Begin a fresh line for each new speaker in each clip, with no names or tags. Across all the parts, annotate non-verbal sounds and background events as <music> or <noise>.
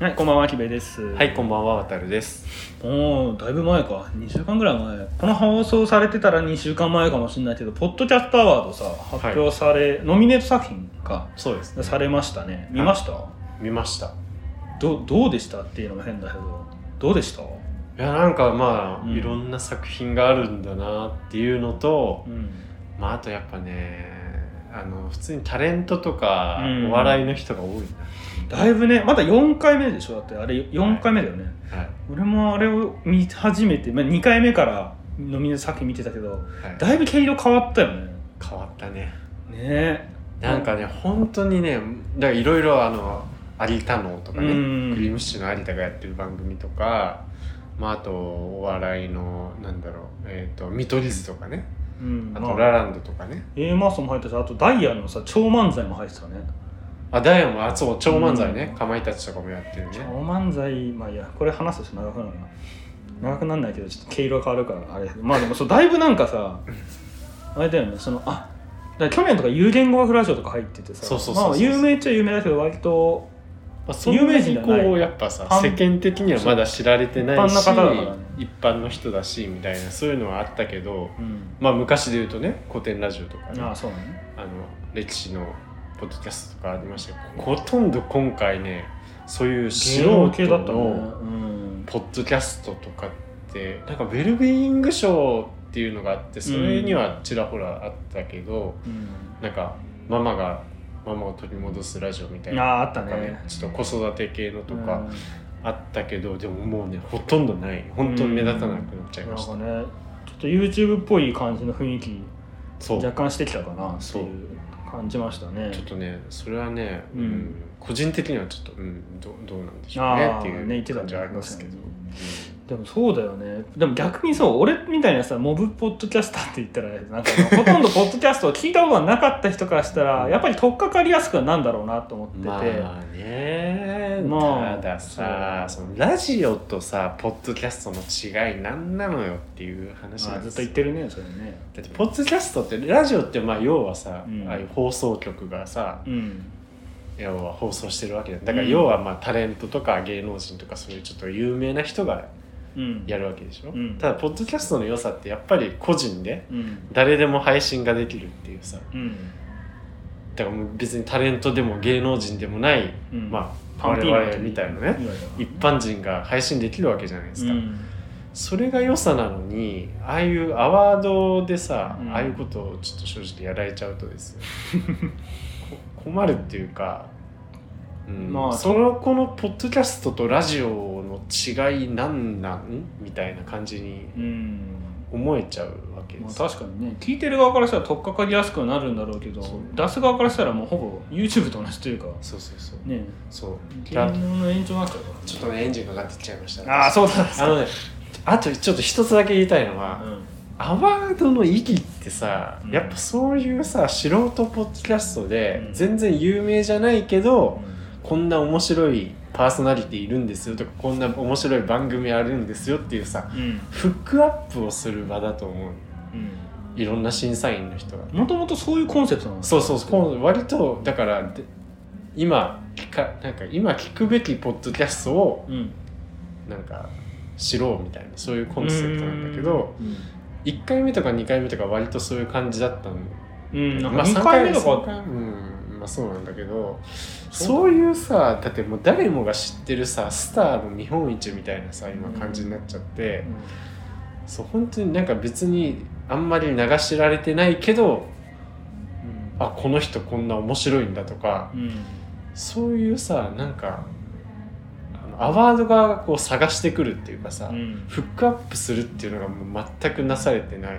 はい、こんばんは、きべです。
はい、こんばんは、わたるです。
もう、だいぶ前か。2週間ぐらい前。この放送されてたら2週間前かもしれないけど、ポッドキャストアワードさ、発表され、ノミネート作品か、
そうです
されましたね。見ました、
見ました。
どどうでしたっていうのも変だけど、どうでした
いや、なんかまあ、
うん
いろんな作品があるんだなっていうのと
う、ん。
まあ、あとやっぱね、あの、普通にタレントとか
うん、
お笑いの人が多い
だいぶね、まだ4回目でしょだって、あれ4回目だよね。
な。はい。
俺もあれを見始めて、まあ、2回目からノミネート作品見てたけど、
はい
だいぶ毛色変わったよね。
変わったね。
ねえ。
なんかね、本当にね、だからいろいろあの、有田のとかね、
うん
クリームシチューの有田がやってる番組とか、まあ、あと、お笑いの、なんだろう、えっ、と、見取り図とかね、
うん
あ
ま
と、ラランドとかね、
A マーソンも入ったしあとダイヤのさ超漫才も入ってたね
あ、ダイヤも、あ、そう、超漫才ね
う、ん
かまいたちとかもやってる
超
ね。
漫才まあいやこれ話すと長くなるな長くなんないけどちょっと毛色が変わるからあれまあでもそうだいぶなんかさあれだよねそのあだから去年とか有言語学ラジオとか入っててさ
そうそうそうそう
まあ有名っちゃ有名だけど割と
まあ、そんな
有名人
に
じゃ
こ、
ないう
やっぱさ
パン、
世間的にはまだ知られてないし、
そう一般の方だからね
一般の人だし、みたいな、そういうのはあったけど、
うん
まあ、昔で言うとね、古典ラジオとかね、
ああそうだね
あの歴史のポッドキャストとかありましたけどほとんど今回ねそういう素
芸能系
人
だったもんね
の
うん
ポッドキャストとかってなんかウェルビーイング賞っていうのがあってそれにはちらほらあったけど、
うん
なんかママがママを取り戻すラジオみたい
あ
な。
ああった
なんか
ね
ね、ちょっと子育て系のとかあったけど、でももうねほとんどない本当に目立たなくなっちゃい
うんな
ま
ん
した、
かねちょっと YouTube っぽい感じの雰囲気
そう
若干してきたかなって
そう
いう感じましたね
ちょっとねそれはね、
うん
うん個人的にはちょっと、うん、どどうなんでしょうね
ああ
っていう
ね言ってたね
感じはありますけど、
でもそうだよねでも逆にそう俺みたいなさモブポッドキャスターって言ったらなんかほとんどポッドキャストを聞いたことがなかった人からしたらやっぱり取っかかりやすくはなんだろうなと思ってて、
まあね
まあ
たださそのラジオとさポッドキャストの違い何なのよっていう話
ま
な
あ
ん
ず
で
っ
す
と言ってるねそれね
だってポッドキャストってラジオってまあ要はさ、
うん
ああいう放送局がさ
うん
要は放送してるわけだだから
うん
要はまあタレントとか芸能人とかそういうちょっと有名な人が
うん
やるわけでしょ、
うん
ただポッドキャストの良さってやっぱり個人で
うん
誰でも配信ができるっていうさ
うん
だからもう別にタレントでも芸能人でもない、
うん
まあ
パンピー
我
ナ
々みたいなね
わゆ
一
る
般人が配信できるわけじゃないですか、
うん
それが良さなのにああいうアワードでさ、
うん
ああいうことをちょっと正直やられちゃう
<laughs>
とですよこ困るっていうか、うん
まあ
そのこのポッドキャストとラジオの違いなんなんみたいな感じに
うん
思えちゃうわけで
まあ、
す、
確かにね聞いてる側からしたら取っかかりやすくはなるんだろうけど
そう
出す側からしたらもうほぼ YouTube と同じというか
そうそうそう
ね
そう
芸能の延長になっちゃうから
ちょっとねエンジンかかってきちゃいました
ああそうだ
あのねあとちょっと一つだけ言いたいのは、
う
アワードの意義ってさ、
うん
やっぱそういうさ素人ポッドキャストで
うん
全然有名じゃないけど、
ん
こんな面白いパーソナリティいるんですよとかこんな面白い番組あるんですよっていうさ
うん
フックアップをする場だと思う
う
いろんな審査員の人が
んもともとそういうコンセプトなんです
そうそうそうこう割とだからで今聞かなんか今聞くべきポッドキャストを
うん
なんか知ろうみたいなそういうコンセプトなんだけど
う
1回目とか2回目とか割とそういう感じだったの
ん、うん、なんか
まあ
2
3
回目と
三
か
回うんまあそうなんだけど
そ
そういうさだってもう誰もが知ってるさスターの見本市みたいなさ今感じになっちゃって、そう本当になんか別にあんまり流しられてないけどあこの人こんな面白いんだとか
うんうん
そういうさなんかあのアワード側がこう探してくるっていうかさ、
うん
フックアップするっていうのがもう全くなされてない、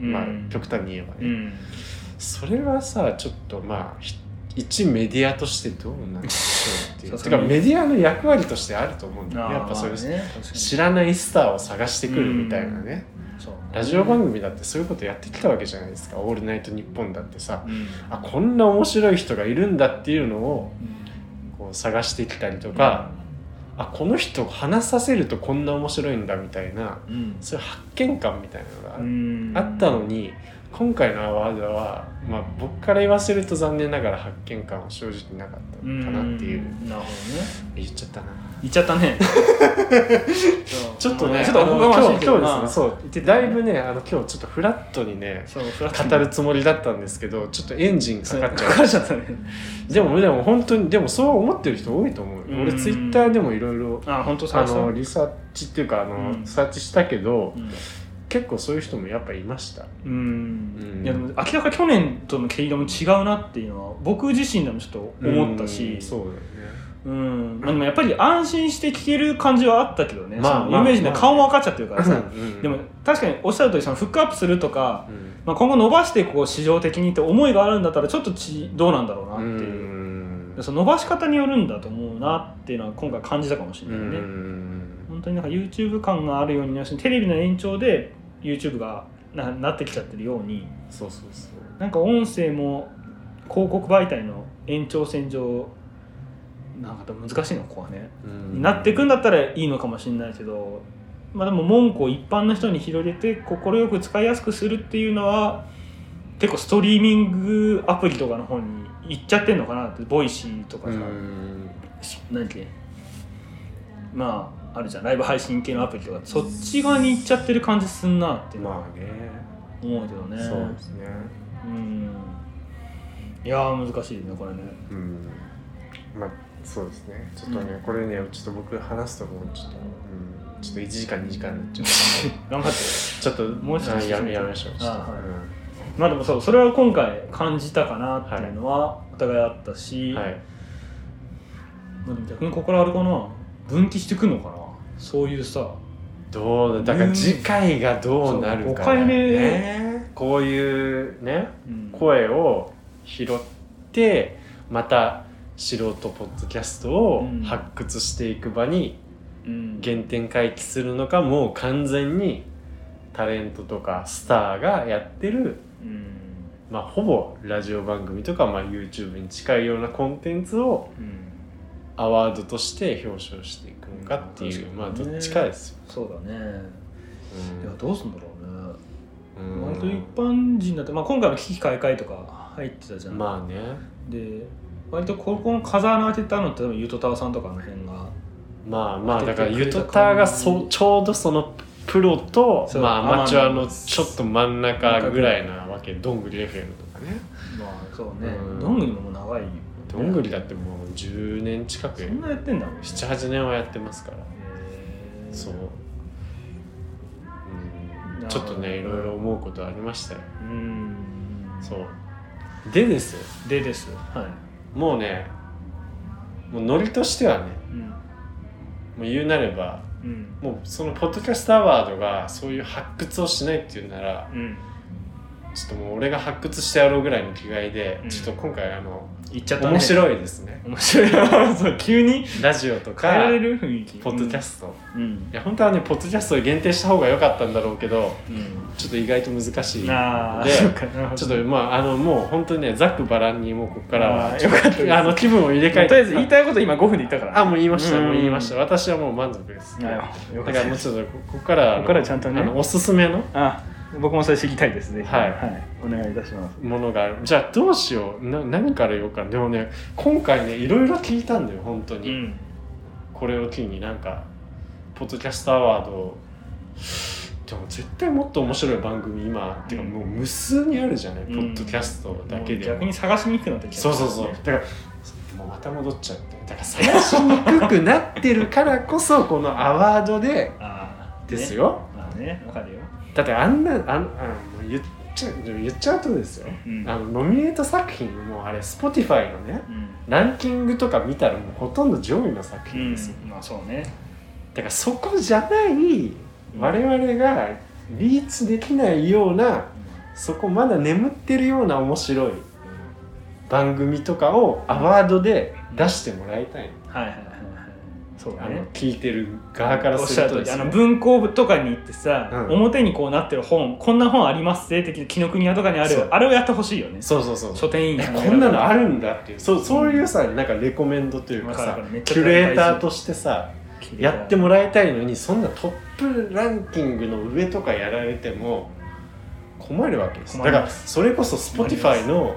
うん
まあ極端に言えばね、
うん
それはさちょっとまあひ一メディアとしてどうなんでし
<laughs>
ょうってい
さ
う
す
て
が
か
に
メディアの役割としてあると思うんだよ
あ
ね
ー
やっぱそういう、
まあね確かに
知らないスターを探してくるみたいなね、
そう
ラジオ番組だってそういうことやってきたわけじゃないですか「オールナイトニッポン」だってさ
うん
あこんな面白い人がいるんだっていうのをこう探してきたりとか、あこの人話させるとこんな面白いんだみたいな
うん
そういう発見感みたいなのがあ
うん
あったのに今回のアワードは、まあ、僕から言わせると残念ながら発見感は正直なかった
うん
かなっていう、
なるほどね
言っちゃったな
言っちゃった
<laughs>
ね
ちょっとね
ちょっと
あの
おこがましい
今日
けど
今日です
まあ
ねそうだいぶねあの今日ちょっとフラットにね
そうフラットに
語るつもりだったんですけどちょっとエンジンかかっちゃう
かかっちゃったね
でもでも本当にでもそう思ってる人多いと思うよ
う
俺
ん
ツイッターでもいろいろ
あ本当さ
あのリサーチっていうかあの、
うん
サーチしたけど
うん
結構そういう人もやっぱいました
うん
うん
いやでも明らかに去年との毛色も違うなっていうのは僕自身でもちょっと思ったし
うんそうだよね
うんまあでもやっぱり安心して聞ける感じはあったけどね、
まあ
その
まあ
有名人の顔も分かっちゃってるからさ、
うんうん
でも確かにおっしゃる通りそのフックアップするとか、
うん
まあ、今後伸ばしてこう市場的にって思いがあるんだったらちょっとちどうなんだろうなっていう、
うん
その伸ばし方によるんだと思うなっていうのは今回感じたかもしれないね、
うん
本当になんか YouTube 感があるようになるしテレビの延長で YouTube がななってきちゃってるように
そうそうそう
なんか音声も広告媒体の延長線上なんか難しいのここはね、
うん
なっていくんだったらいいのかもしれないけど、まあ、でも文句を一般の人に広げて快く使いやすくするっていうのは結構ストリーミングアプリとかの方に行っちゃってんのかなってボイシーとか
う
さ、
ん
し何だっけまああるじゃんライブ配信系のアプリとかそっち側に行っちゃってる感じすんなって思
まあね
うけどね、
そうですね
うんいやー難しいねこれね <laughs>
うんまあそうですねちょっとね、
うん
これねちょっと僕話すともうちょっと、うん、ちょっと1時間2時間になっちゃ <laughs> う
頑張って
ちょっと
もうちょっと
あやめやめましょうちょっと
あはいまあでもそうそれは今回感じたかなっていうのはお互いあった
う
し、
んはい
まあ、でも逆にここからあれかな分岐してくのかなそういうさ
どうだだから次回がどうなるかだ
そう五回目
こういうね
うん
声を拾ってまた素人ポッドキャストを
うん
発掘していく場に
うん
原点回帰するのかもう完全にタレントとかスターがやってる、
うん
まあ、ほぼラジオ番組とか、まあ、YouTube に近いようなコンテンツを
うん
アワードとして表彰していくのかっていう、
うん
まあ
確か
ど
にね
っちかですよ。
そうだね
う
い
ん
やどうすんだろうね
うん
割と一般人だって、まあ、今回の危機開会とか入ってたじゃん、
まあね
で割とここの風穴開けたのって多分ゆとたわさんとかの辺が
まあまあ
出て
だ
く
から
れた
ユトタが
感
そ
じ
ちょうどそのプロと
そう
まあアマチュア
アマ
の
の
ちょっと真ん中ぐらいなわけどんぐり FM とかね
まあそうね
うん
どんぐりももう長いよね
どんぐりだってもう10年近く
そんなやってんだもん
78年はやってますから
へー
そう、
なるほ
うん、
ど
ちょっとねいろいろ思うことありましたよ
うん
そうでですよ
でですは
もうねもうノリとしてはね
いうん
もう言うなれば
うん
もうそのポッドキャストアワードがそういう発掘をしないっていうなら
うん
ちょっともう俺が発掘してやろうぐらいの気概で、
うん
ちょっと今回あの、
言っちゃったね
面白いですね
面白い <laughs> そう急に
ラジオと
変え
から
れる雰囲気
ポッドキャ
ス
スト、い
トうん
や本当はねポッドキャストを限定した方が良かったんだろうけど
うん
ちょっと意外と難しい
あ
の
あそう
で
かなるほど
ちょっとまああのもう本当にねざっくばらんにもうここからは
あーよかったです
あの気分を入れ替えて
とりあえず言いたいこと今5分で言ったから
あもう言いましたもう言いました
うん
私はもう満足です
あよか
だ
った
からもうちょっとここからはあの
ここからちゃんとね
あのおすすめの
あ僕もそれ知りたいですね
はい
お願いいたします
ものがあるじゃあどうしような何から言おうかでもね今回ねいろいろ聞いたんだよ本当
う
に、
ん
これを機になんかポッドキャストアワードでも絶対もっと面白い番組今っていうかもう無数にあるじゃない、
うん
ポッドキャストだけでも
逆に探しに行くのって
そうそうそうだからもうまた戻っちゃってだから探しにくくなってるからこそこのアワードで
ああ
です
よ
よ、
まあねわかるよ
だってあんなあんあのもう言っちゃう言っちゃうとですよ、
うん
あのノミネート作品もうあれ Spotify のね
うん
ランキングとか見たらもうほとんど上位の作品ですよ、
まあそうね
だからそこじゃない我々がリーチできないようなそこまだ眠ってるような面白い番組とかをアワードで出してもらいたいの、
はいはいはいはいそうだ
あ
ね
の聞いてる側からすると
おっ
で
しゃる通
す
りあ
ね
の文庫部とかに行ってさ、
うん
表にこうなってる本こんな本ありますぜ的な紀ノ国屋とかにあ
そ
る
う
あれをやってほしいよね
そうそうそう
書店員
え
さ
こんなのあ
る
るんだっていうそうそういうさなんかレコメンドというか
わか
さ
るわかるめっちゃ
キュレーターとしてさやって
も
もらいたいのにそんなトップランキングの上とかやられても困るわけです
困
だ
り
か
ま
ら
す
それこそ Spotify の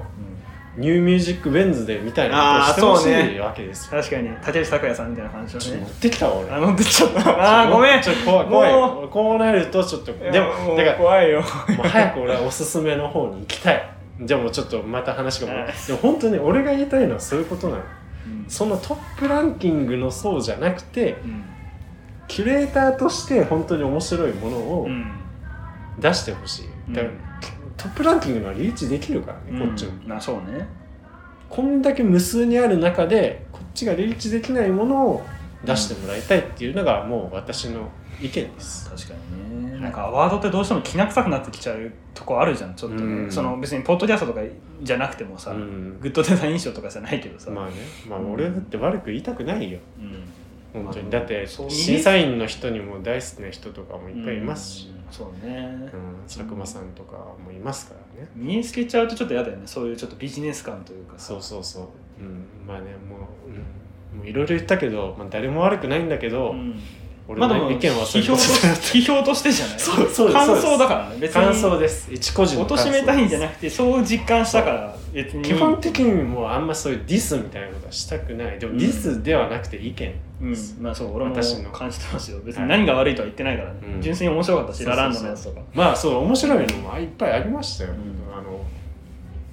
ニューミュージックウェンズデーみたいな
あー
ことをして
そう
ほしい
ね
わけですよ、
確かに竹内拓也さんみたいな感じ
ちょ
だ
っと持
ね
ってきたわ俺
あの出ちゃったあーごめん
ちょっと怖い怖い
も
こうなるとちょっと
いや
でも
う
だから
怖いよ
もう早く俺はおすすめの方に行きたいじゃあもうちょっとまた話が戻るでも本当に俺が言いたいのはそういうことなのそのトップランキングの層じゃなくて
うん
キュレーターとして本当に面白いものを
うん
出してほしい、だから
うん
トップランキングのリーチできるからね、こっちも
うんなそうね
こんだけ無数にある中でこっちがリーチできないものを出してもらいたいっていうのがもう私の意見です、
確かにね、なんかアワードってどうしてもきな臭くなってきちゃうとこあるじゃんちょっとね、
うん
その別にポッドキャストとかじゃなくてもさ、
うん
グッドデザイン賞とかじゃないけどさ、
まあねまあ俺だって悪く言いたくないよ
うん
本当
ま
に
あ
だって
そう
審査員の人にも大好きな人とかもいっぱいいますし、
うんそうね、
うん佐久間さんとかもいますからね
身につけちゃうとちょっと嫌だよねそういうちょっとビジネス感というかさ
そうそうそう、うん、まあねもう、うん、もういろいろ言ったけど、まあ、誰も悪くないんだけど、
うん
俺
まあで
の
も
意見はそ
批
うい
評
うこと
批評としてじゃない
そうそうです
感
そうで
想
す
だからね別に
<laughs> 感想です一個人の
貶
感想
とめたいんじゃ
ない
なくてそう実感したから別に
基本的にもうあんまそういうディスみたいなことはしたくないでも
うん
ディスではなくて意見、
うん、まあそう俺も
私の
感じてますよ別に何が悪いとは言ってないからね、
うん
純粋に面白かったし
そうそうそ
ラ
う
ランドのやつとか
まあそう面白いのもいっぱいありましたよ、
うん
あの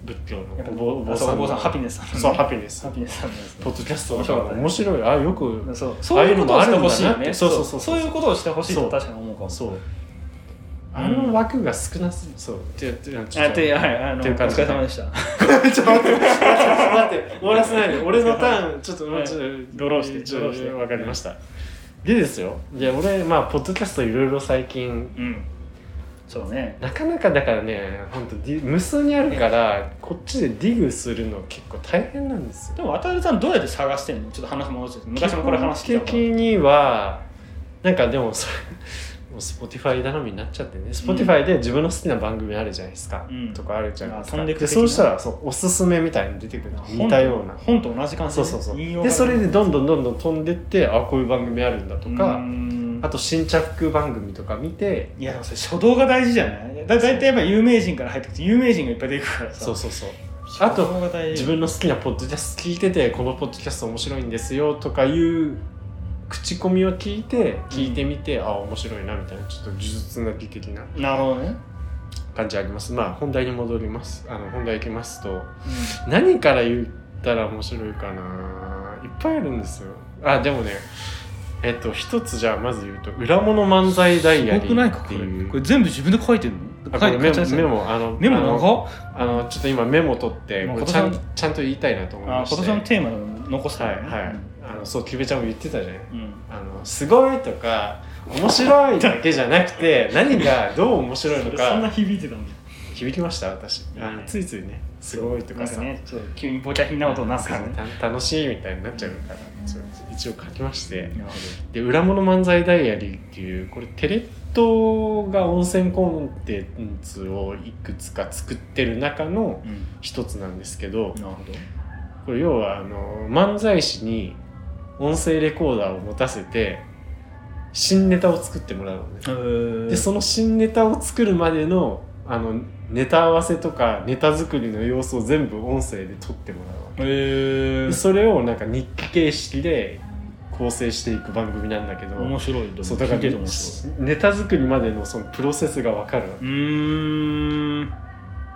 仏教
やっぱ
のお坊お坊
そう
さん
お坊さん
の
ハピネスさんのね
そうハピネス
ハピネスさんのやつ
ポッドキャスト
面白か
は
ったね
面白いあよく
そうそういうことをしてほしい
ああいうの
よ
もあるんだなっ
ね
て
そ
そうう
そ
そう
そ
うそうう
いうことをしてほしい
そ
と
う
確かに思うかも
そううあの枠が少なすぎそうててちょっと
あてはいあのお
ていう感じ
疲れ様でした
<laughs> ちょっと待って待って <laughs> 終わらせないで俺のターンちょっとも
は
う
い
ちょっと
ドローして
ちょ
ドローして
わかりましたでですよで俺まあポッドキャストいろいろ最近
うんそうね
なかなかだからね本当無数にあるからこっちでディグするの結構大変なんですよ
でも渡辺さんどうやって探してんのちょっと話戻して昔もこれ話して
基
た
本
もん
的にはなんかでもそれ <laughs> もう Spotify 頼みになっちゃってね Spotify で自分の好きな番組あるじゃないですか、
うん
とかあるじゃないです
あ飛
か
んでく
で
的な
そうしたらそうおすすめみたいに出てくるの似たような
本と同じ感じ
そ
で
うそうそう
引用
で
が
それでどんどんどんどん飛んでってあこういう番組あるんだと
う
か
ん
あと新着番組とか見て
いやでもそれ初動が大事じゃないだ大体やっぱ有名人から入ってきて有名人がいっぱい出てくるからさ
そうそうそう
あと
自分の好きなポッドキャスト聞いててこのポッドキャスト面白いんですよとかいう口コミを聞いて聞いてみて、あ面白いなみたいなちょっと呪術なぎ的な
なるほどね、
感じありますまあ本題に戻りますあの本題行きますと何から言ったら面白いかないっぱいあるんですよあでもねえっと一つじゃあまず言うと「裏物漫才ダイアリー」っていう
全部自分で書いてる
あこれメモメモあのあの
長っ
あのちょっと今メモ取って
もう
これちゃん
今年
ちゃんと言いたいなと思い
あ
ま
今
して
年のテーマでも残す
はいはい、あのそうキベちゃんも言ってたじゃない
うん
あのすごいとか面白いだけじゃなくて何がどう面
そ
白
れ
いの
そんな
か
響いてたの
響きました私あのついついねすごいと
な
か
んか
さ、
ねちょっと急にボキャヒンなことになったね
た楽しいみたいになっちゃうからそう一応書きまし
な
て
るほ
で「裏物漫才ダイアリー」っていうこれテレ東が温泉コンテンツをいくつか作ってる中の
ど、うん
一つなんですけど
なるほど
これ要はあの漫才師に音声レコーダーを持たせて新ネタを作ってもらうのね。でその新ネタを作るまでのあのネタ合わせとかネタ作りの様子を全部音声で撮ってもらうわけ
へ
で
え
それをなんか日記形式で構成していく番組なんだけど
面白いと
そう
思
だ
う
か
聞いて
ら
て面白いう
ネタ作りまでのそのプロセスが分かるわけ
ーん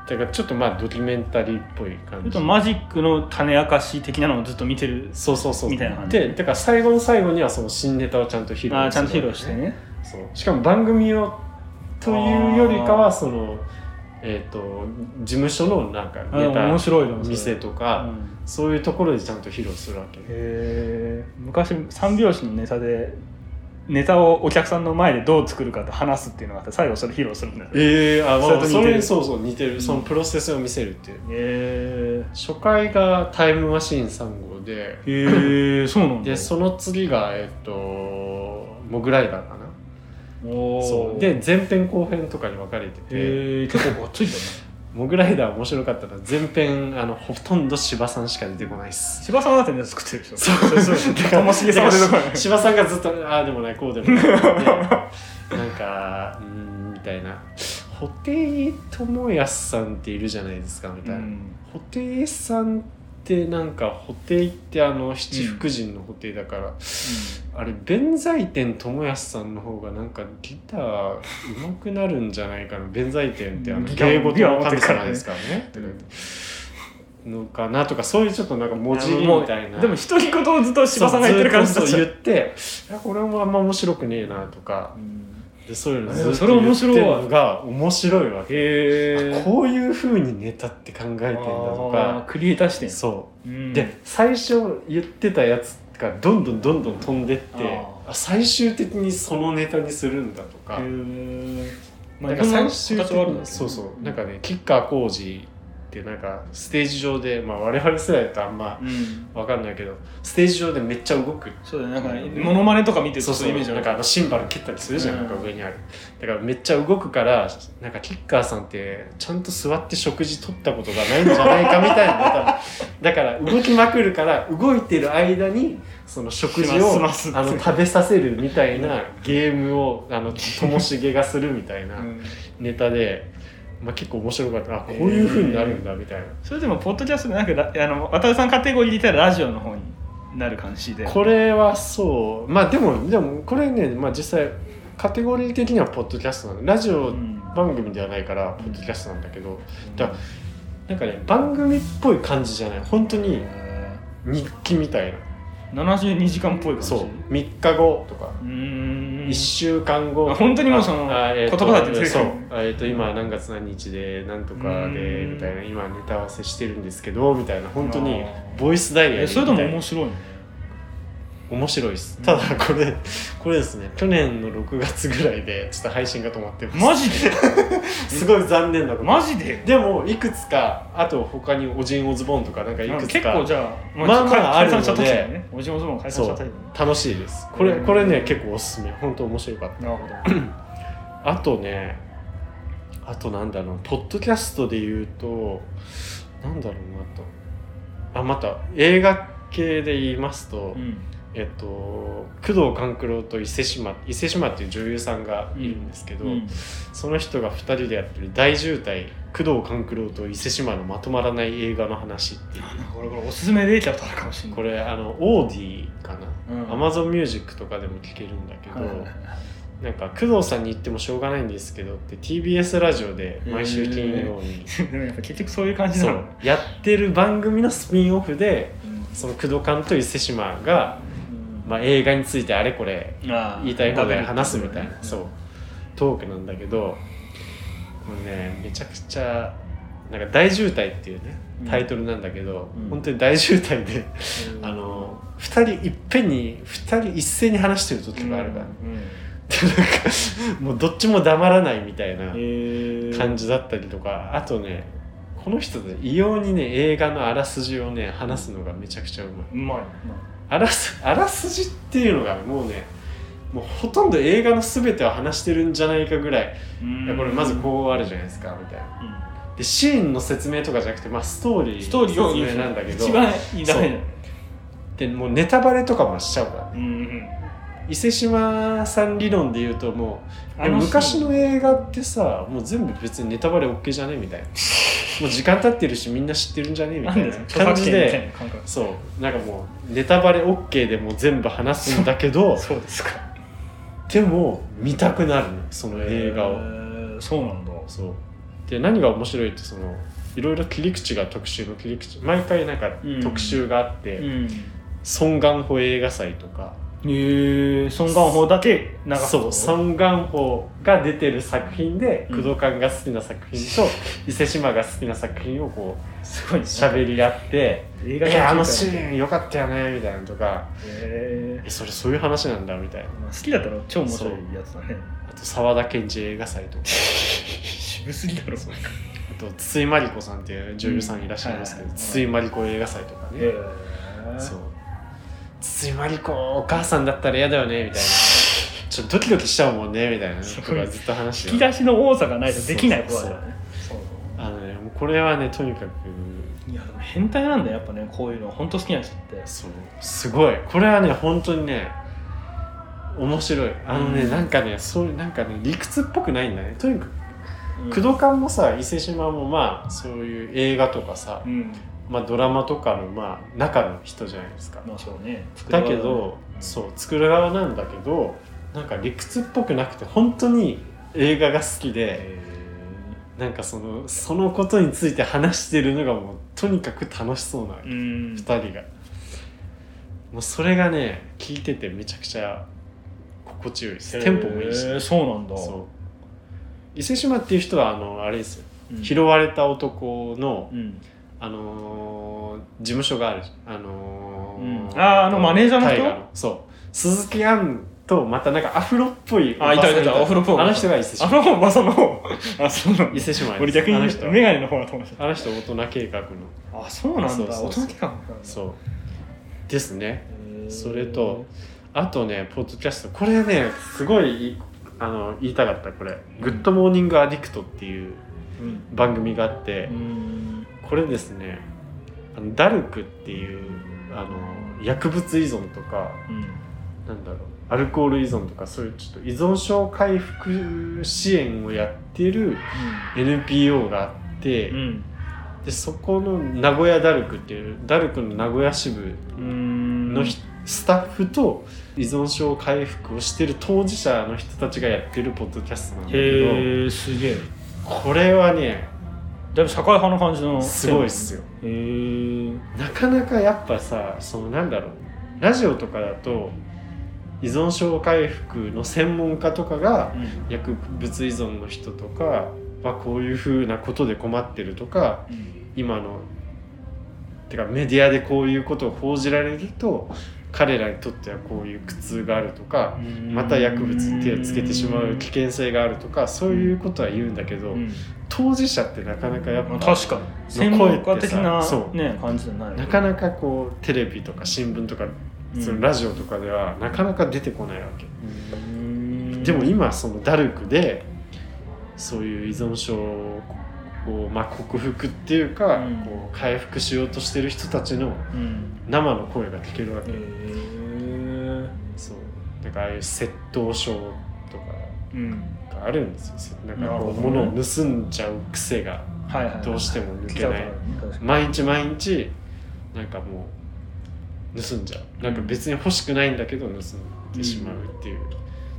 だからちょっとまあドキュメンタリーっぽい感
ちょっ
じ
とマジックの種明かし的なのをずっと見てる
そうそうそう
みたいな感じ
でだから最後の最後にはその新ネタをちゃんと披露する
あーちゃんと披露してね
そうしかも番組をというよりかはそのえっ、と事務所のなんか
あで
ネ
も
タ
面白いの
店と
か、う
か、
ん
そういうところでちゃんと披露するわけ、ね、
へー昔三拍子のネタでネタをお客さんの前でどう作るかと話すっていうのがあって最後それ披露するんだよへ
ええあ
それと似
まあ
てる
それにそうそう似てる、
うん
そのプロセスを見せるっていう
え
初回がタイムマシーン3号で
へえそうなんだ
でその次がえっ、とモグライダーかな
おー
そうで前編後編とかに分かれてて
へえ結構ごっついんだね
モグライダー面白かったら前編あのほとんど芝さんしか出てこないっす
千葉さんだってネタ作ってるでしょ
そう
そうそうともしげさんが出てこない
し柴さんが
<laughs>
ずっと「ああでもないこうでもない」でなんか「うーん」みたいな布袋寅泰さんっているじゃないですかみたいな、布袋さんってなんか布袋ってあの七福神の布袋だから、あれ弁財天友康さんの方がなんかギター上手くなるんじゃないかな弁財天ってあの
ギター
芸事の神
ギター
様ですからね
うん
のかなとかそういうちょっとなんか文字
あの
み
もう
たいな
でも独り言をずっと芝さんが言ってる感じ
そ
だ
う
っ
ず
た
っとそう言っていやこれもあんま面白くねえなとかでそういうのずっ
そ
と
れ
言
面
って
白い
るのが面白いわけ
へえ
こういうふうにネタって考えてんだとか
クリエイター視点
そう
うん
で最初言ってたやつがどんどんどんどん飛んでって
あ
あ最終的にそのネタにするんだと
へ
か,、
えまあい
なんか
ろんな形
最終
はあるんだけ
的
どね
にそうそうなんかね吉川晃司ってなんかステージ上で、まあ、我々世代だとあんま
うん
分かんないけどステージ上でめっちゃ動く
そうだねなんかモノマネとか見てると
そう
そ
そうう
いうイメージあ
な
る
んかあのシンバル蹴ったりするじゃん、
うん
なんか上にあるだからめっちゃ動くからなんかキッカーさんってちゃんと座って食事取ったことがないんじゃないかみたいな
<laughs>
だから動きまくるから動いてる間にその食事
済
を
ます済ます
あの食べさせるみたいなゲームをあのともしげがするみたいな
うん
ネタで、まあ、結構面白かったあこういうふうになるんだみたいな、
それでもポッドキャストじゃなくてあの渡辺さんカテゴリーで言ったらラジオの方になる感じで
これはそうまあでもでもこれね、まあ、実際カテゴリー的にはポッドキャストなのラジオ
うん
番組ではないからポッドキャストなんだけど、だからなんかね番組っぽい感じじゃない本当に
へ
日記みたいな、
ー72時間っぽい感じ
そう3日後とか、
うーん
1週間後
あ本当にもうその
ああえーと
言葉だって出てくる
そう、あえー、と今何月何日で何とかで
うん
みたいな今ネタ合わせしてるんですけどみたいな本当に
あー
ボイスダイヤリー
え
み
そ
たい
れ
な
でも面白いね
面白いです
うん
ただこれ、これですね去年の6月ぐらいでちょっと配信が止まってます、
マジで
すごい残念なこと
マジで
でもいくつかあと他にオジン・オズボーンとかなんかいくつ
結
か
構じゃあ
まあまあ
解散しちゃった
あるので
タイプねおじおずも解散し
そ
ちゃったタイ
う
プね
楽しいですこれ
うん
これね結構おすすめ本当面白かっ
なるほ
たあとねあとなんだろうポッドキャストで言うとなんだろうなとあまた映画系で言いますと、
ど、うん、
えっと、工藤官九郎と伊勢志摩伊勢志摩っていう女優さんがいるんですけど、
うん
その人が2人でやってる「大渋滞工藤官九郎と伊勢志摩のまとまらない映画の話」っていう
これこれおすすめデータとあるかもしれない
これあのオーディかな、
うん
アマゾンミュージックとかでも聴けるんだけど、
はいはいはい
なんか工藤さんに言ってもしょうがないんですけどって TBS ラジオで毎週金曜に、
<laughs> でもやっぱ結局そういう感じ
そ
なの
うやってる番組のスピンオフで
うん
その工藤官と伊勢志摩が、まあ、映画についてあれこれ
あー
言いたい放題話すみた
ダブ
い
ルって
な
ことね
そうトークなんだけどこれねめちゃくちゃなんか大渋滞っていうね
うん
タイトルなんだけど、
うん
本当に大渋滞で、
うん
あの2人いっぺんに2人一斉に話してる時があるから、
う
<laughs>
ん
でなんかもうどっちも黙らないみたいな
うん
感じだったりとかあとねこの人で異様にね映画のあらすじをね話すのがめちゃくちゃうまいう
まい
あらすあらすじっていうのがもうねもうほとんど映画の全てを話してるんじゃないかぐらいいやこれまずこうあるじゃないですかみたいな
うん
でシーンの説明とかじゃなくて、まあ、ストーリーの
ストーリーを言う
説明なんだけど
一番いいだね
でもうネタバレとかもしちゃうから
うんうん
伊勢志摩さん理論で言うともう
あ
で
の
も
人
昔の映画ってさもう全部別にネタバレ OK じゃねみた
<laughs>
いなもう時間経ってるしみんな知ってるんじゃねみ
な
たい
んで
な
すか著
感
作権
じ
みたい
で
な感覚
そうなんかもうネタバレ OK でもう全部話すんだけど
そうですか
でも見たくなるのその映画を、
へーそうなんだ
そうで何が面白いってそのいろいろ切り口が特集の切り口毎回なんか
うん
特集があって、
うん
ソン・ガンホ映画祭とか
へえソン・ガンホだけ流す
そうソン・ガンホが出てる作品で、
うん
工藤官が好きな作品 <laughs> と伊勢志摩が好きな作品をこう
すごいね
喋り合って「
映
い
画
やあの
ン
シーンよかったよね」みたいなのとか「
へ
えそれそういう話なんだ」みたいな
ーまあ好きだったら超面白いやつだね
あと沢田研二映画祭と <laughs> か
渋すぎだろそれ
あと筒井真理子さんっていう女優さんいらっしゃいますけど、
うんはいはい
筒井真理子映画祭とかね、
へー
そう筒井真理子お母さんだったら嫌だよね <laughs> みたいなちょっとドキドキしちゃうもんねみたいな
そう
とかずっと話
引き
して
出しの多さがないとできないことだよね
あのねもうこれはねとにかく
いやでも変態なんだよやっぱねこういうの本当好きな人って
そうすごいこれはね本当にね面白いあのね、
うん
なんかねそういうなんかね理屈っぽくないんだねとにかく
うん
工藤館もさ伊勢志摩もまあそういう映画とかさ、
うん
まあ、ドラマとかのまあ中の人じゃないですか、
まあそうね
だけどそう作る側なんだけどなんか理屈っぽくなくて本当に映画が好きでなんかそのそのことについて話してるのがもうとにかく楽しそうな
作る側だねうん
2人がもうそれがね聞いててめちゃくちゃ心地よいですテンポもいいし
へーそうなんだ
そう伊勢志摩っていう人はあのあれですよ
うん
拾われた男の、
うん
あのー事務所があるじゃんあの
うんあーあのマネージャーの人
大河そう鈴木杏とまたなんかアフロっぽい
あいたいたいたアフロっぽい
あの人が伊勢志
あ
摩
のまさのあそうなん
伊
だ
勢志摩です
俺逆に
あの
メ
人
ガネの方だと思って
あの人大人計画の
たあそうなんだ
そうそうそう
大人気感なんだ
そうですね
へー
それとあとねポッドキャストこれねすごいいいあの言いたかったこれ「グッドモーニングアディクト」っていう
うん
番組があって、
うん
これですねあのダルクっていうあの薬物依存とかなんだろうアルコール依存とかそういうちょっと依存症回復支援をやってる NPO があって、
うん
でそこの名古屋ダルクっていうダルクの名古屋支部
うん
のひ、スタッフと依存症回復をしてる当事者の人たちがやってるポッドキャストなんだけど
へえすげえ
これはね
だいぶ社会派の感じの
すごいっすよ
へえ
なかなかやっぱさそのなんだろうラジオとかだと依存症回復の専門家とかが薬物依存の人とか、まあ、こういうふうなことで困ってるとか今のてかメディアでこういうことを報じられると彼らにとってはこういう苦痛があるとかまた薬物に手をつけてしまう危険性があるとかそういうことは言うんだけど、
うん
当事者ってなかなかやっ
まあ
ぱ
確かに専門家的
声って
な
さそう
ね感じじゃない
なかなかこうテレビとか新聞とか
うん
そのラジオとかではなかなか出てこないわけ、
うん
でも今そのダルクでそういう依存症をこう、まあ、克服っていうか、
うん
こう回復しようとしてる人たちの
うん
生の声が聞けるわ
へ
け、
え
そうなんかああいう窃盗症と
うん
かがあるんですよなんか
なるほ
こう、
どね
物を盗んじゃう癖が
はいはいはい
どうしても抜けない
聞たことある
毎日毎日なんかもう盗んじゃうなんか別に欲しくないんだけど盗んでしまうっていう、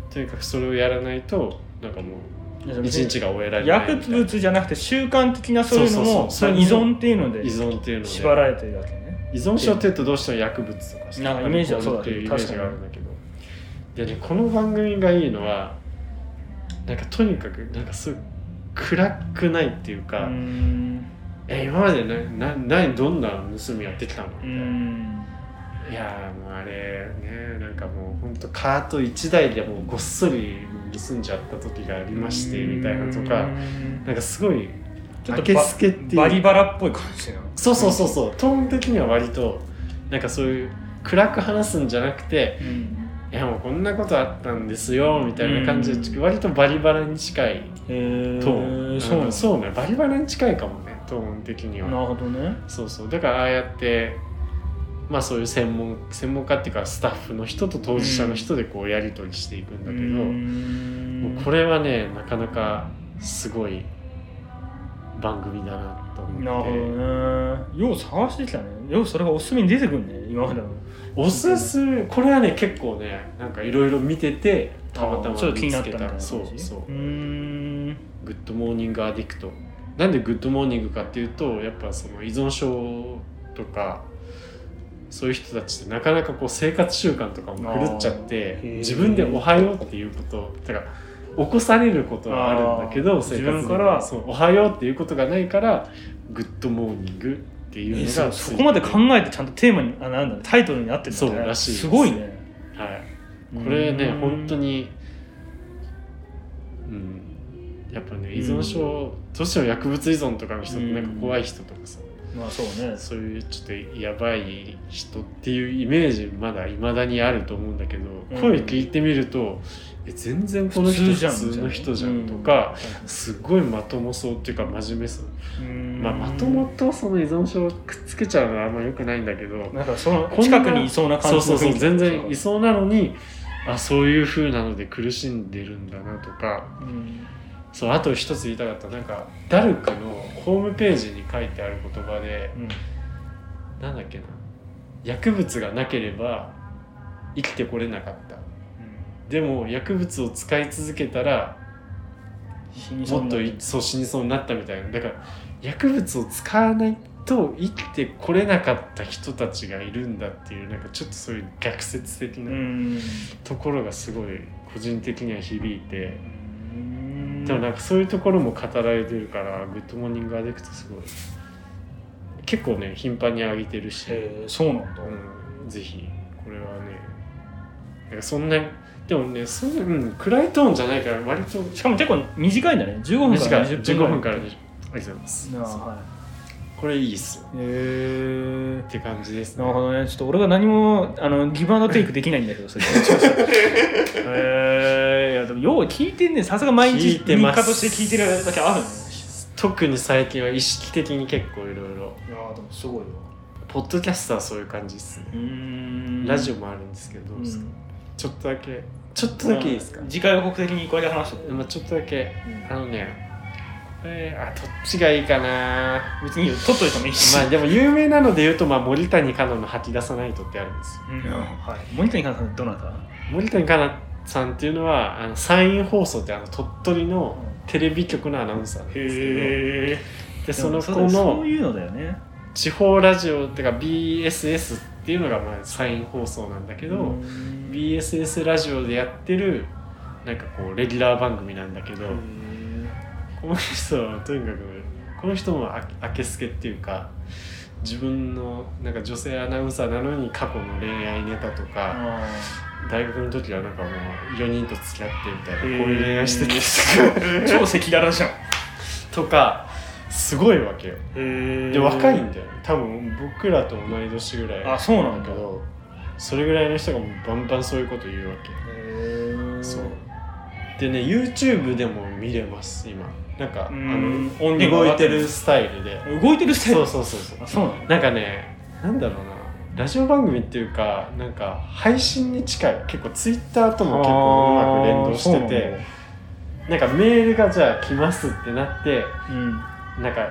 とにかくそれをやらないとなんかも
確か
う
に
一日が終えられない
薬
みたいな
物じゃなくて習慣的なそういうの
そうそうそ
も
う
その依存っていうので
依存っていうので
縛られてるわけね
依存症っていうとどうしても薬物とかさ
なんかイメージはそうだ
アルコールっていうイメー
確か
ジ
に
があるんだけどでねこの番組がいいのはなんかとにかくなんかすごい暗くないっていう
う
か、
ん
え今までなな何どんな盗みやってきたのみ
う
たいな、
ん
いやーもうあれねなんかもうほんとカート1台でもうごっそり盗んじゃった時がありましてみたいなとか
うん
なんかすごい
ちょっと
明けすけっていう
バリバラっぽい感じなの
そうそうそうそうトーン的には割となんかそういう暗く話すんじゃなくて
うん
「いやもうこんなことあったんですよ」みたいな感じ
う
で
ん
割とバリバラに近い
へ
ト
ー
ーン、
そうなん
ん
だ
そうねバリバラに近いかもねトーン的には
なるほどね
そうそうだからああやってまあそういう専門専門家っていうかスタッフの人と当事者の人でこうやり取りしていくんだけど、もうこ
れ
れはねなかなかすごい番組だなと
なる
思
ほ
って
どねよう探してきたねようそれがおすすめに出てくるね今までの
おすすめこれはね結構ねなんかいろいろ見ててたまた
あーちょ
ま
っと気に
見
な
つ
った
け
みたいな
た
感じ
そうそう
ーん
「グッドモーニングアディクト」なんで「グッドモーニング」かっていうとやっぱその依存症とかそういう人たちってなかなかこう生活習慣とかも狂っちゃっ
あ
て
ーへー
自分で「おはよう」っていうことだから起こされることはあるんだけ
あ
ど
ー
生活で
自分から
そう「おはよう」っていうことがないから「グッドモーニング」っていうの
え
が
そう
つい
そこまで考えてちゃんとテーマにあなんだろうタイトルになってるんだね
そうらしいです
すごいね
はいこれね本当
に
にうんやっぱね依存症どうしても薬物依存とかの人ってなんか怖い人とかさ
まあそうね
そういうちょっとやばい人っていうイメージまだいまだにあると思うんだけど、
うん
声聞いてみるとえ全然この人普通の人じゃんとか、すごいまともそうっていうか真面目そう、
うん
まあ、まともとその依存症をくっつけちゃうのはあんま良くないんだけど、
なんかその
こんな
近くにいそうな
そ
感
う
じ
そう
の雰
そ
囲
う
気
全然いそうなのにあそういう風なので苦しんでるんだなとか
うん
そうあと一つ言いたかったなんかダルクのホームページに書いてある言葉で
うん
なんだっけな薬物がなければ生きてこれなかったでも薬物を使い続けたら
死にそ
も
うに
っ
な
と
る
いそう死にそうになったみたいなだから薬物を使わないと生きてこれなかった人たちがいるんだっていうなんかちょっとそういう逆説的
う
なんところがすごい個人的には響いて、
うん
でもなんかそういうところも語られてるから「グッドモーニングアディクト」すごい結構ね頻繁に上げてるし、
へえそうなんだ、
うん、ぜひこれはねなんかそんなでもねそんな、うん、暗いトーンじゃないから割と
しかも結構短いんだね15分か
短
ら
い
20
15
分
分
ぐ
から
い
ら20分ありがとうございます
なあ
そう
は
これいいっすよ
いへえ
って感じです
なるほどねちょっと俺が何もあのギブアンドテイクできないんだけどそ
<laughs>
れえー、いやでもよう聞いてんねさすが毎
聞い
日
て
日
ま
課
す
として聞いてるだけあるね
特に最近は意識的に結構いろいろ
いやーでもすごいよ
ポッドキャストはそういう感じっすね
う、ん
ラジオもあるんですけどどうですか、ちょっとだけちょっとだけいいですか、
次回予告的にこれで話して
まあ、ちょっとだけ
うん
あのねえー、あどっちがいいかな
別にいいよ取っといてもいいし、
まあでも有名なので言うと、まあ、森谷香音の吐き出さないとってあるんですよ
うんはい、モニターに関してはどなた
森谷香音さんっていうのはあの山陰放送ってあの鳥取のテレビ局のアナウンサーなんですけど
へえ
でその子
そ
の
ういうのだよね
地方ラジオっていうか BSS っていうのがまあ山陰放送なんだけ
け
ど、BSS ラジオでやってるなんかこうレギュラー番組なんだけど、この人はとにかくこの人もああけすけっていうか自分のなんか女性アナウンサーなのに過去の恋愛ネタとか、大学の時はなんかもう4人と付き合ってみたいな、
へー
こういう恋愛してる
超赤裸々じゃん
とかすごいわけよ
へ
で若いんだよね多分僕らと同い年ぐらい
あそうな
だ
んだ
けどそれぐらいの人がもうバンバンそういうこと言うわけそうでね YouTube でも見れます今なんかあ
う
の
ん音源が
動
上が
い
って
て
る
るスタイルで
動いてるスタイ
そう
ル
そうそうそう
あそうなの
なんかねなんだろうなラジオ番組っていうかなんか配信に近い結構 Twitter とも結構うまく連動しててなんかメールがじゃあ来ますってなって
うん
なんか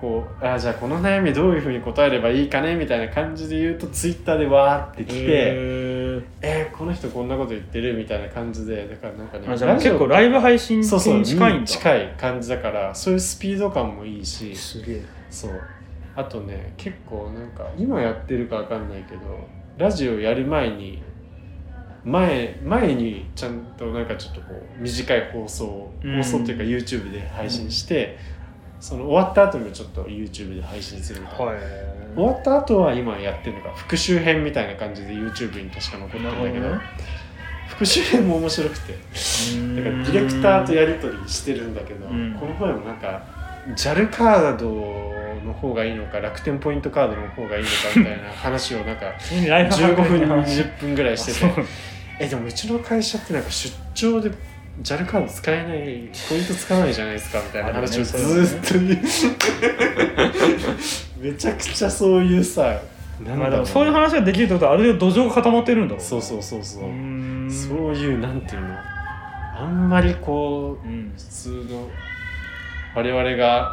こうあーじゃあこの悩みどういうふうに答えればいいかねみたいな感じで言うと Twitter でわーって来て
へー
えー、この人こんなこと言ってるみたいな感じでだからなんかね
あじゃあ
ラジオ
結構ライブ配信に
そうそう
近いんだ
近い感じだからそういうスピード感もいいし
すげえ
そうあとね結構なんか今やってるかわかんないけどラジオやる前に前前にちゃんとなんかちょっとこう短い放送を
うん
放送っていうか YouTube で配信して、その終わった後にもちょっと YouTube で配信するみたいな、終わ
は
った後は今やってるのが復習編みたいな感じで YouTube に確か残ってるんだけど
なるほどね
復習編も面白くて
い
だからディレクターとやり取りしてるんだけど、
うん
この前もなんか JAL カードの方がいいのか楽天ポイントカードの方がいいのかみたいな話を
<laughs>
なんか
ライブ配
15
信
分20分ぐらいして
あそ
て
う
えでもうちの会社ってなんか出張で JAL カード使えないポイント使わないじゃないですかみたいな話をずーっと言
<laughs>
うめちゃくちゃそういうさなん
ま
だ
あでも
ろうな
そういう話ができるってことはある程度土壌が固まってるんだろ
そうそううそうそうう、
ーん
そういうなんていうのあんまりこう
うん
普通の我々が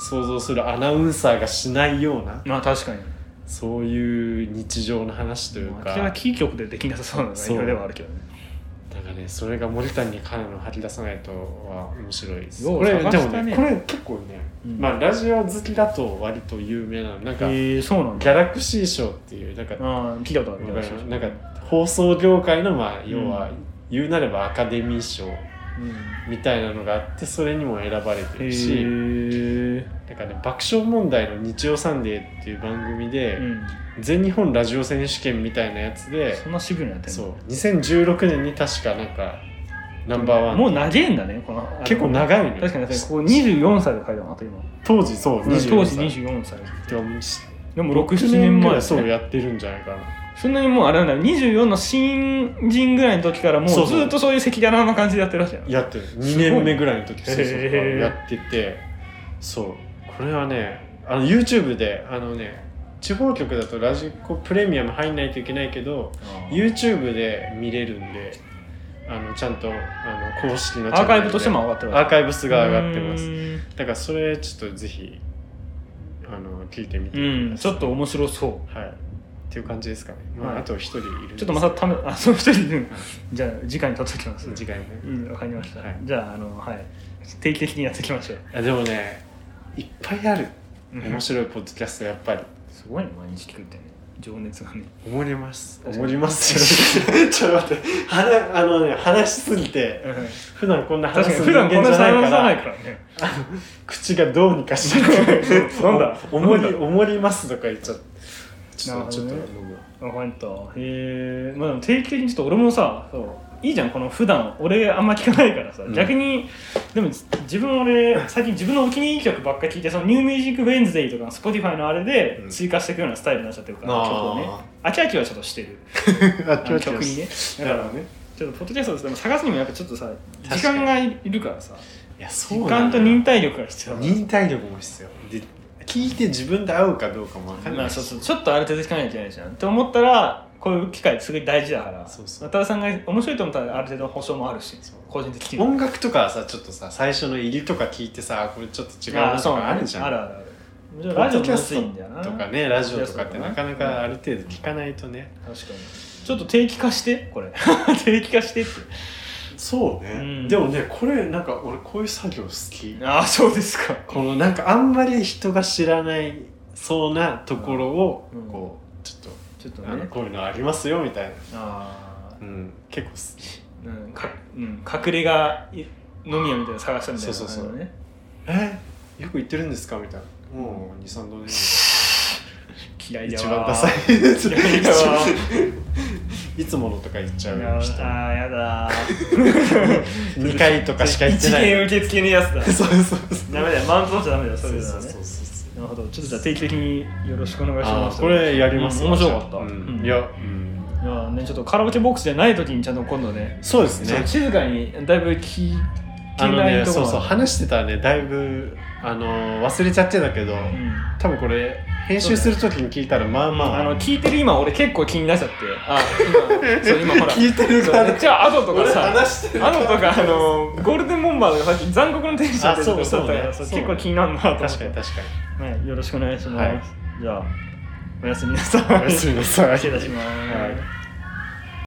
想像するアナウンサーがしないような
まあ確かに
そういう日常の話という
まあ
か
それはキー局でできなさそうな内
そう
容ではあるけどね
だからねそれが森谷カナの吐き出さないとは面白いです
よう
これ
探
でも
したね
ねこれ結構ね、
うん
まあラジオ好きだと割と有名なのなんかギ
へえそうなんだ
ャラクシー賞っていうなんか
ああ聞いたことある
わかるなんか放送業界のまあ要は
うん
言うなればアカデミー賞みたいなのがあってそれにも選ばれて
うん
る
へ
し
え
なんかね、爆笑問題の「日曜サンデー」っていう番組で、
うん
全日本ラジオ選手権みたいなやつで
そんな渋いのやってんの
そう2016年に確かなんかナンバーワン
もう長えんだねこの
結構長いのよ
確かに確かにここ24歳で書いたのあと今
当時そう
当時
24
24歳
歳
でも
6
67
年
年
前
前
そ
そうう
やってるんじゃないかな
そんなにもうあれなんだよ24の新人ぐらいの時からも
そう
う
そう
ずっとそういう赤裸々な感じでやってるわけだよ
やってる2年目ぐらいの時そうそうそう
へー
やっててそうこれはねあの YouTube であのね地方局だとラジコプレミアム入んないといけないけど YouTube で見れるんであのちゃんとあの公式の
ア
チャ
ー
ンネ
カ
ル
イブとしても上がって
で
る
アーカイブスが上がってま
う
す
ーん
だからそれちょっとぜひあの聞いてみて
う
く
ん
だ
ち
さい、
ょっと面白そ
はいっていう感じですかね、まあ
はい
あと一人いるん
う
です
ちょっとまたためあそう一人でじゃあ次回に撮っておきます
次回ね
うんわかりました、
はい
じゃああのはい定期的にやっていきましょう
あでもねいっぱいある
うん
面白いポッドキャストやっぱり
すごいね毎日聞くってね情熱がね
思ります
確かに
思りますよちょっと待って話あのね話しすぎて普段こんな
確
話
かに
す
普
人間
段こんな
じゃない
話
か
さな
ら
いからね
口がどうにか <laughs> しなくて
なんだ
お思
な
り
んだ
思りますとか言っちゃってちょっとち
なるほ
ょっと
どね
僕は
わかったへえまあでも定期的にちょっと俺もさ
そう
いいじゃんこの普段俺あんま聞かないからさ、
うん
逆にでも自分俺最近自分のお気に入り曲ばっか聞いてそのニューミュージックウェンズデイとかの Spotify のあれで
うん
追加していくようなスタイルになっちゃってるから、
あー
曲をね飽き飽きはちょっとしてる
あ
あの曲にねだ
だ
か
かららね
ちょっとポッドキャストでも探すにもやっぱちょっとさ
確かに
時間がいるからさ
いやそ
時
う
間と忍耐力が必要だから
忍耐力も必要で聞いて自分で合うかどうかも分かん
ま
な
あ、
い
そう
し
そうちょっとある程度聞かないといけないじゃんって思ったらこういう機会すごい大事だから
そうそう
渡辺さんが面白いと思ったらある程度の保証もあるし
そう
個人的にも
音楽とかはさちょっとさ最初の入りとか聞いてさあこれちょっと違うなとかあるじゃん
あるあるあるじゃあ
ポ
ラ
ッ
ジオも
ドキャス
安
ト
いんだよな
とかねラジオとかって
そうだな
なかなかある程度聞かないとね
確かにちょっと定期化してこれ <laughs> 定期化してって
そうね
うん
でもねこれなんか俺こういう作業好き
ああそうですか
このなんかあんまり人が知らないそうなところを
うん
こうちょっ
ちょっと
とあの
ね
こういうのありますよみたいな
ああ
うん結構好き
うんかうん隠れ家飲み屋みたいなの探したみたいな
そうそうそう
あのね
えよく行ってるんですかみたいなもう23度で
嫌いだわ
一番ダサいやつ
嫌いだわ
<laughs> いつものとか言っちゃう
や
人
あーやだ
<laughs> 2回とかしか言って
一
な
元
い
受付のやつだ
そうそうそう
ダメだよマウント取っちゃダメだよそ
そうう
いうの
そ
は
う
ね
そうそ
な
う
るほどちょっとじゃあ定期的によろしくお願いし
あ
ま
ー
す
これやります
うん面白かった、
う
う
ん
ん
いやうん
いやねちょっとカラオケボックスじゃない時にちゃんと今度ね
そうです
ちょっ
ね
と静かにだいぶ聞い
あ
て
の
ない
ね
とこ
そう
ろ
そう話してたらねだいぶあの忘れちゃってたけど
うん
多分これ編集するときに聞いたらまあまあ
あの聞いてる今俺結構気になっちゃってあ今そう今ほら
聞いてる
そう
から
めっちゃアドとか
俺
さ
話してる
アドとかあのゴールデンボンバーとかさっき残酷の天使って
あそう
やつだったから
そうね
さ
そうね
結構気になるなと思って
確かに確か
はい、よろしくお願いします、
はい
じゃあおやすみなさい <laughs>
におやすみなさい
失礼いたします、
はい